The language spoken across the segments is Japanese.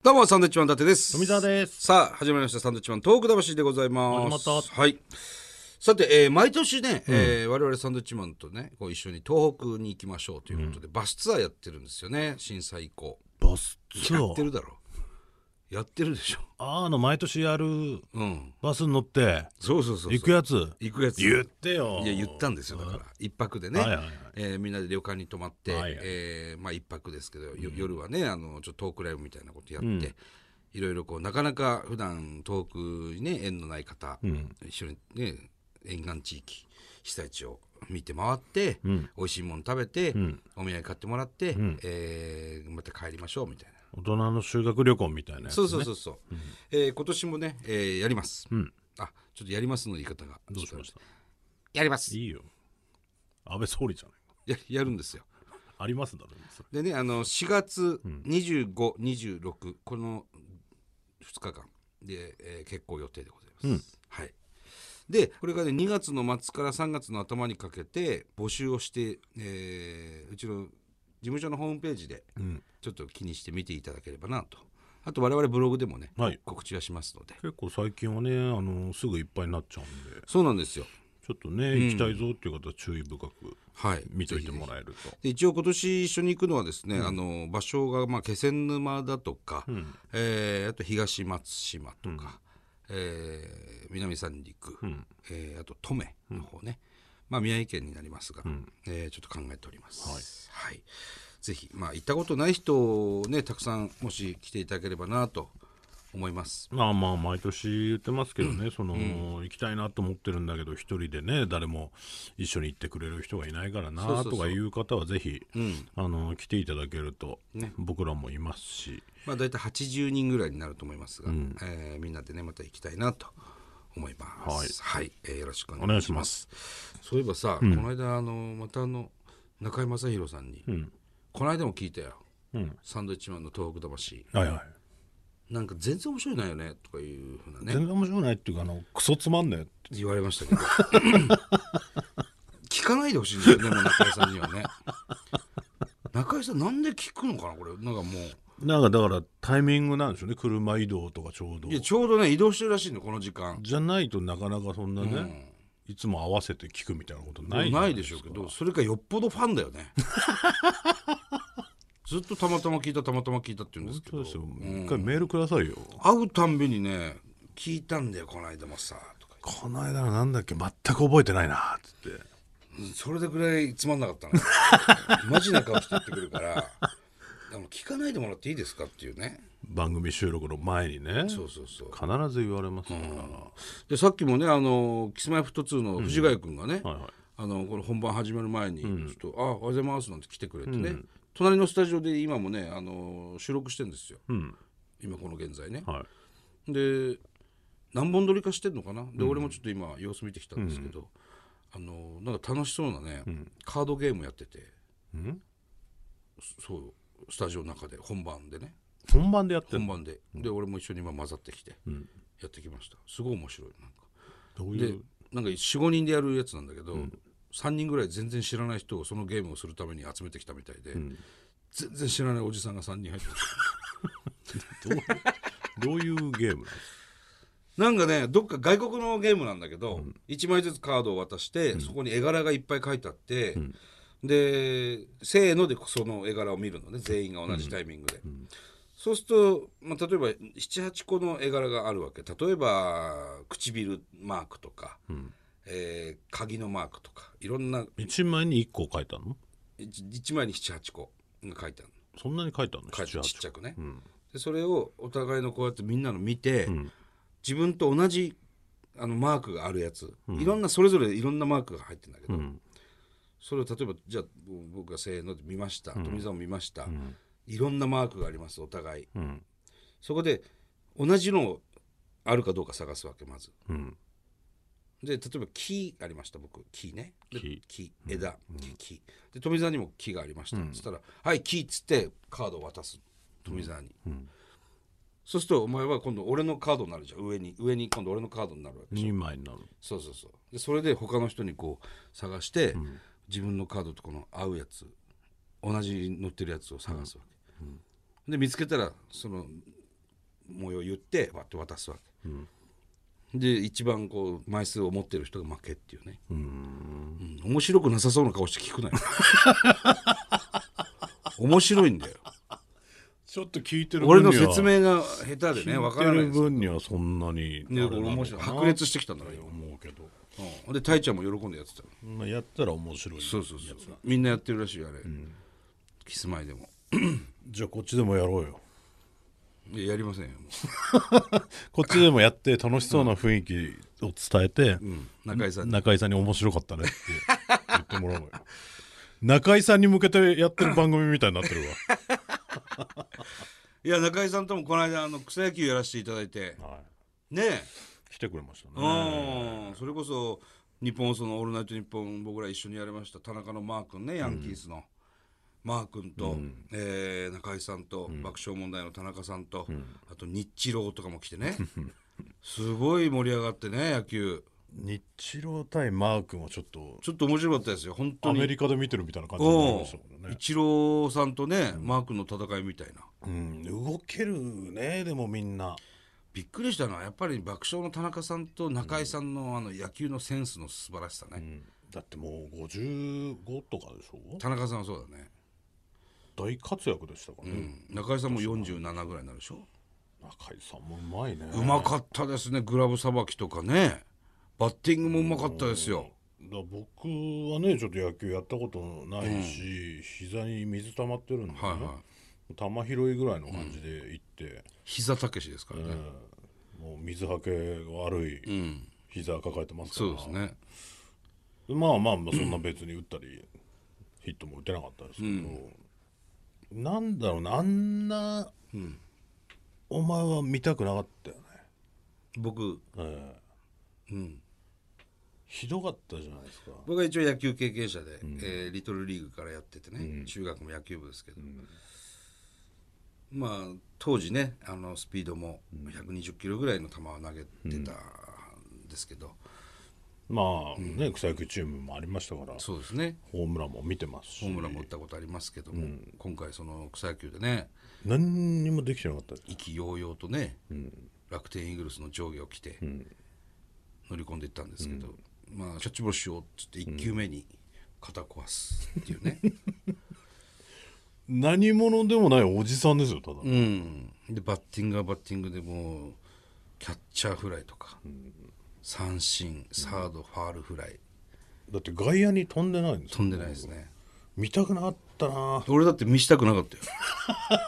どうも、サンドウィッチマン伊達です。富澤ですさあ、始まりました、サンドウィッチマントーク魂でございます。始まったはい。さて、えー毎年ね、えー我々サンドウィッチマンとね、こう一緒に東北に行きましょうということで、バスツアーやってるんですよね、震災以降。バスツアやってーるだろ。やってるでしょ。あーあの毎年やるうん。バスに乗ってそうそうそうそう。行くやつ行くやつ。言ってよいや言ったんですよだから一泊でね、はいはいはいえーみんなで旅館に泊まって、はいはいえーまあ、一泊ですけど、よ夜はねあのちょっとトークライブみたいなことやって、いろいろこうなかなか普段遠くにね縁のない方、一緒にね沿岸地域被災地を見て回って、美味しいもの食べて、お土産買ってもらって、えーまた帰りましょうみたいな。大人の修学旅行みたいなやつそうそうそうそう、えー今年もね、えーやります、あちょっとやりますの言い方がどうしましたやりますいいよ安倍総理じゃないややるんですよかありますだろそれでねあの4月25、26この2日間で、えー結構予定でございます、はいでこれがね2月の末から3月の頭にかけて募集をして、えーうちの事務所のホームページでちょっと気にして見ていただければなとあと我々ブログでもね、はい告知はしますので結構最近はねあのすぐいっぱいになっちゃうんでそうなんですよちょっとね行きたいぞっていう方は注意深くはい見といぜひてぜひもらえるとで一応今年一緒に行くのはですね、あの場所がまあ気仙沼だとか、えーあと東松島とか、えー南三陸、えーあと登米の方ね、まあ、宮城県になりますが、えーちょっと考えております。はいぜひ、まあ、行ったことない人をねたくさんもし来ていただければなと思います。まあまあ毎年言ってますけどね、その行きたいなと思ってるんだけど一人でね誰も一緒に行ってくれる人がいないからそうそうなそうとかいう方はぜひ、あの来ていただけると、僕らもいますしまあ、大体80人ぐらいになると思いますが、えーみんなでねまた行きたいなと思います。はい、えーよろしくおお願願いいししま。ますす。そういえばさ、この間あのまたあの中居正広さんに、この間も聞いたよ、サンドイッチマンの東北魂はいはい。なんか全然面白いないよねとかいうふうなね全然面白くないっていうかあのクソつまんねえって言われましたけど 聞かないでほしいんだよねもう中居さんにはね中居さんなんで聞くのかなこれなんかもうなんかだからタイミングなんでしょうね車移動とかちょうどいやちょうどね移動してるらしいのこの時間じゃないとなかなかそんなね、いつも合わせて聞くみたいなことないじゃないいでしょうけどそれかよっぽどファンだよ ねずっとたまたま聞いたたまたま聞いたって言うんですけそどうですよ、一回メールくださいよ会うたんびにね聞いたんだよこの間もさとかこの間のなんだっけ全く覚えてないなっつってそれでぐらいつまんなかった なマジな顔して言ってくるからあの聞かないでもらっていいですかっていうね番組収録の前にねそうそうそう必ず言われますから、でさっきもねあのキスマイフト2の藤ヶ谷君がね、はいはいあのこの本番始まる前にちょっと「あおはようございます」なんて来てくれてね、隣のスタジオで今もねあの収録してるんですよ、今この現在ね、はいで何本撮りかしてんのかなで、俺もちょっと今様子見てきたんですけど、あのなんか楽しそうなね、カードゲームやってて、そそうスタジオの中で本番でね本番でやってる本番で、で俺も一緒に今混ざってきて、やってきましたすごい面白いなんかどうでいうなんか45人でやるやつなんだけど、3人ぐらい全然知らない人をそのゲームをするために集めてきたみたいで、全然知らないおじさんが3人入ってきたどう いうどういうゲームなんですなんかねどっか外国のゲームなんだけど、一1枚ずつカードを渡して、そこに絵柄がいっぱい書いてあって、でせーのでその絵柄を見るのね全員が同じタイミングで、そうすると、まあ、例えば78個の絵柄があるわけ例えば唇マークとか、えー鍵のマークとかいろんなか一枚に一個書いたの 1, 枚に78個が書いてあるの。そんなに書いたの書いて78あるちっちゃくね、でそれをお互いのこうやってみんなの見て、ん自分と同じあのマークがあるやつ、いろんなそれぞれいろんなマークが入ってるんだけど、うんそれを例えばじゃあ僕がせーので見ました、富澤も見ました、いろんなマークがありますお互いうんそこで同じのあるかどうか探すわけまずうんで例えば木ありました僕木ねで木木枝、木で富澤にも木がありました、そしたら「はい木」っつってカードを渡す富澤に、そうするとお前は今度俺のカードになるじゃん上に上に今度俺のカードになるわけ、 2枚になるそうそうそうでそれで他の人にこう探して、自分のカードとこの合うやつ同じ乗ってるやつを探すわけ、で見つけたらその模様言ってバッて渡すわけ、で一番こう枚数を持ってる人が負けっていうねうん面白くなさそうな顔して聞く なよ面白いんだよちょっと聞いてる俺分にはの説明が下手でね聞分かいてらないるんです分にはそんなにねこれ面白い白熱してきたんだから今思うけどうんでたいちゃんも喜んでやってたまあやったら面白いそうそうそうみんなやってるらしいよあれ、キスマイでもじゃあこっちでもやろうよいややりませんよもこっちでもやって楽しそうな雰囲気を伝えて、う、うん、中居さんに中井さんに面白かったねって言ってもらおうよ中井さんに向けてやってる番組みたいになってるいや中居さんともこの間あの草野球やらせていただいてわ、はい、ねえ来てくれましたねうんそれこそ日本そのオールナイトニッポン僕ら一緒にやりました田中のマー君ねヤンキースの、マー君と、えー中居さんと、爆笑問題の田中さんと、あと日郎とかも来てねすごい盛り上がってね野球日露対マー君はちょっとちょっと面白かったですよ本当アにメリカで見てるみたいな感じになりおましたもんイね、チローさんとね、マー君の戦いみたいなうん、動けるねでもみんなびっくりしたのはやっぱり爆笑の田中さんと中居さんの,、あの野球のセンスの素晴らしさね、だってもう55とかでしょ田中さんはそうだね、大活躍でしたからうね、ん、中居さんも47ぐらいになるでしょ、中井さんもうまいねうまかったですねグラブさばきとかねバッティングもうまかったですよ、だ僕はねちょっと野球やったことないし、膝に水溜まってるんで、ねはいはい球拾いぐらいの感じで行って、膝たけしですからね、うんもう水はけが悪いうん膝抱えてますかそらうですねまあまあまあそんな別に打ったり、ヒットも打てなかったですけど、なんだろうなあんな、お前は見たくなかったよね、僕ええうんひどかったじゃないですか僕は一応野球経験者で、えーリトルリーグからやっててね、中学も野球部ですけど、まあ当時ねあのスピードも120キロぐらいの球を投げてたんですけど、まあね、草野球チームもありましたからそうですねホームランも見てますしホームランも打ったことありますけども、今回その草野球でね何にもできてなかったです意気揚々とね、楽天イーグルスの上下を着て乗り込んでいったんですけど、まあキャッチボールしようっつって1球目に肩壊すっていうね。何者でもないおじさんですよただ、うん、でバッティングはバッティングでもうキャッチャーフライとか、三振サードファールフライだって外野に飛んでないんですよ飛んでないですね、見たくなかったな俺だって見したくなかったよ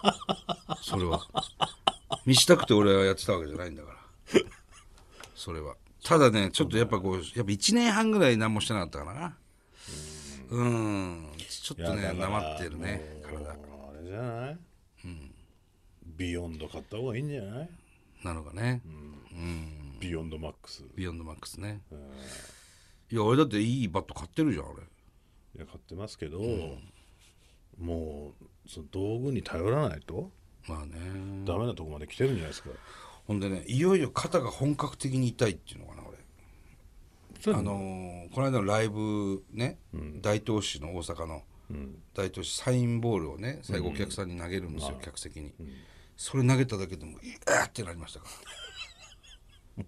それは見したくて俺はやってたわけじゃないんだからそれはただねちょっとやっぱこうやっぱ1年半ぐらい何もしてなかったからなうんちょっといやねだかならまってるね体あれじゃない、ビヨンド買った方がいいんじゃない、なのかね、ビヨンドマックスビヨンドマックスね、いや俺だっていいバット買ってるじゃんあれいや買ってますけど、もうその道具に頼らないとまあねダメなとこまで来てるんじゃないですか、ほんでねいよいよ肩が本格的に痛いっていうのかな俺それあのーこの間のライブね、大東市の大阪の、大東市サインボールをね最後お客さんに投げるんですよ、客席に、それ投げただけでも「いやー!」ってなりました から「う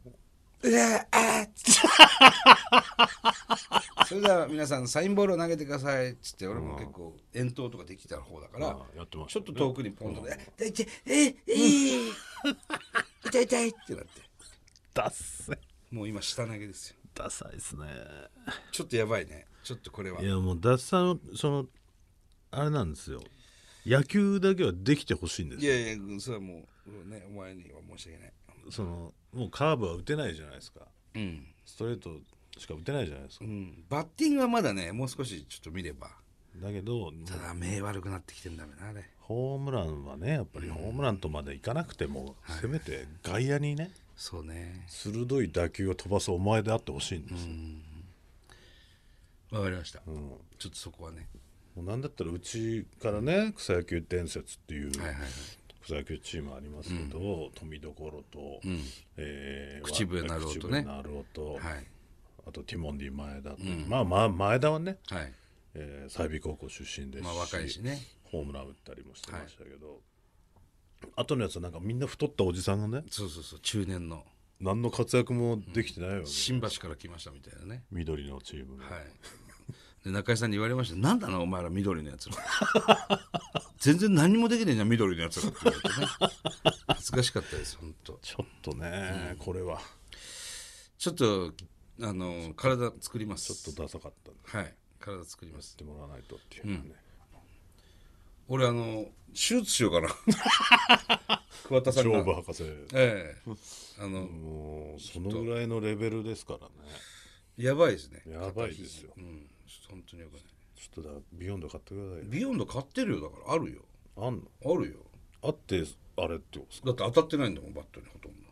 わー!」っつって それでは皆さんサインボールを投げてくださいっつって俺も結構遠投とかできた方だから、あやってましちたょっねと遠くにポンとね「痛い痛いえーえー痛い痛い」ってなってダッサいもう今下投げですよダサいですねちょっとやばいねちょっとこれはいやもうダッサのそのあれなんですよ野球だけはできてほしいんですいよやいやそれはもうねお前には申し訳ないそのもうカーブは打てないじゃないですかうん、ストレートしか打てないじゃないですかうん、バッティングはまだねもう少しちょっと見ればだけどただ目悪くなってきてんだめなあれホームランはねやっぱりホームランとまでいかなくても、せめて外野にねそうね鋭い打球を飛ばすお前であってほしいんですよ、わかりました、ちょっとそこはねもうなんだったらうちからね草野球伝説っていうはいはいはい草野球チームありますけど、富所と、えー口笛鳴郎とね口笛鳴郎とはいあとティモンディ前田と、まあまあ前田はね、はいえー、済美高校出身ですまあ若いしねホームラン打ったりもしてましたけど、後のやつはなんかみんな太ったおじさんがねそうそうそう中年の何の活躍もできてないよね、新橋から来ましたみたいなね緑のチームが、はいで中井さんに言われました「何なのお前ら緑のやつら全然何もできねえじゃん緑のやつら」って言われてね恥ずかしかったです本当ちょっとね、これはちょっとあの体作りまちょすっとダサかったんではい体作りますやってもらわないとっていうのはね、俺あの手術しようかな 桑田さん勝負が博士ええあのもうそのぐらいのレベルですからねやばいですねやばいですようんちょっと本当によくないちょっとだビヨンド買ってくださいよビヨンド買ってるよだからあるよあんのあるよあってあれってことですかだって当たってないんだもんバットにほと んど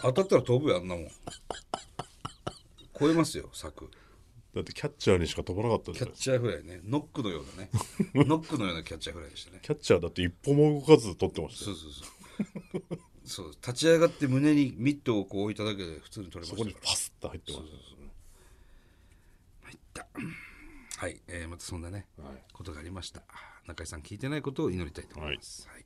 当たったら飛ぶよあんなもん超えますよ柵だってキャッチャーにしか飛ばなかったじキャゃッないでチすかャーフライねノックのような ねノックのようなキャッチャーフライでしたねキャッチャーだって一歩も動かず取ってましたよそうそうそうそう立ち上がって胸にミットをこう置いただけで普通に取れそまこしにたかパスって入ってましたよねらはい、えーまたそんなね、はいことがありました中井さん聞いてないことを祈りたいと思います、はい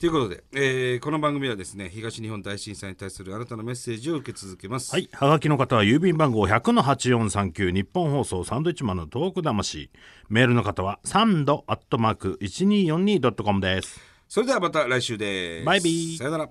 ということで、えーこの番組はですね東日本大震災に対するあなたのメッセージを受け続けます、はい。はがきの方は郵便番号100-8439日本放送サンドイッチマンのトーク魂。メールの方はサンドアットマーク 1242.com です。それではまた来週ですバイビーさよなら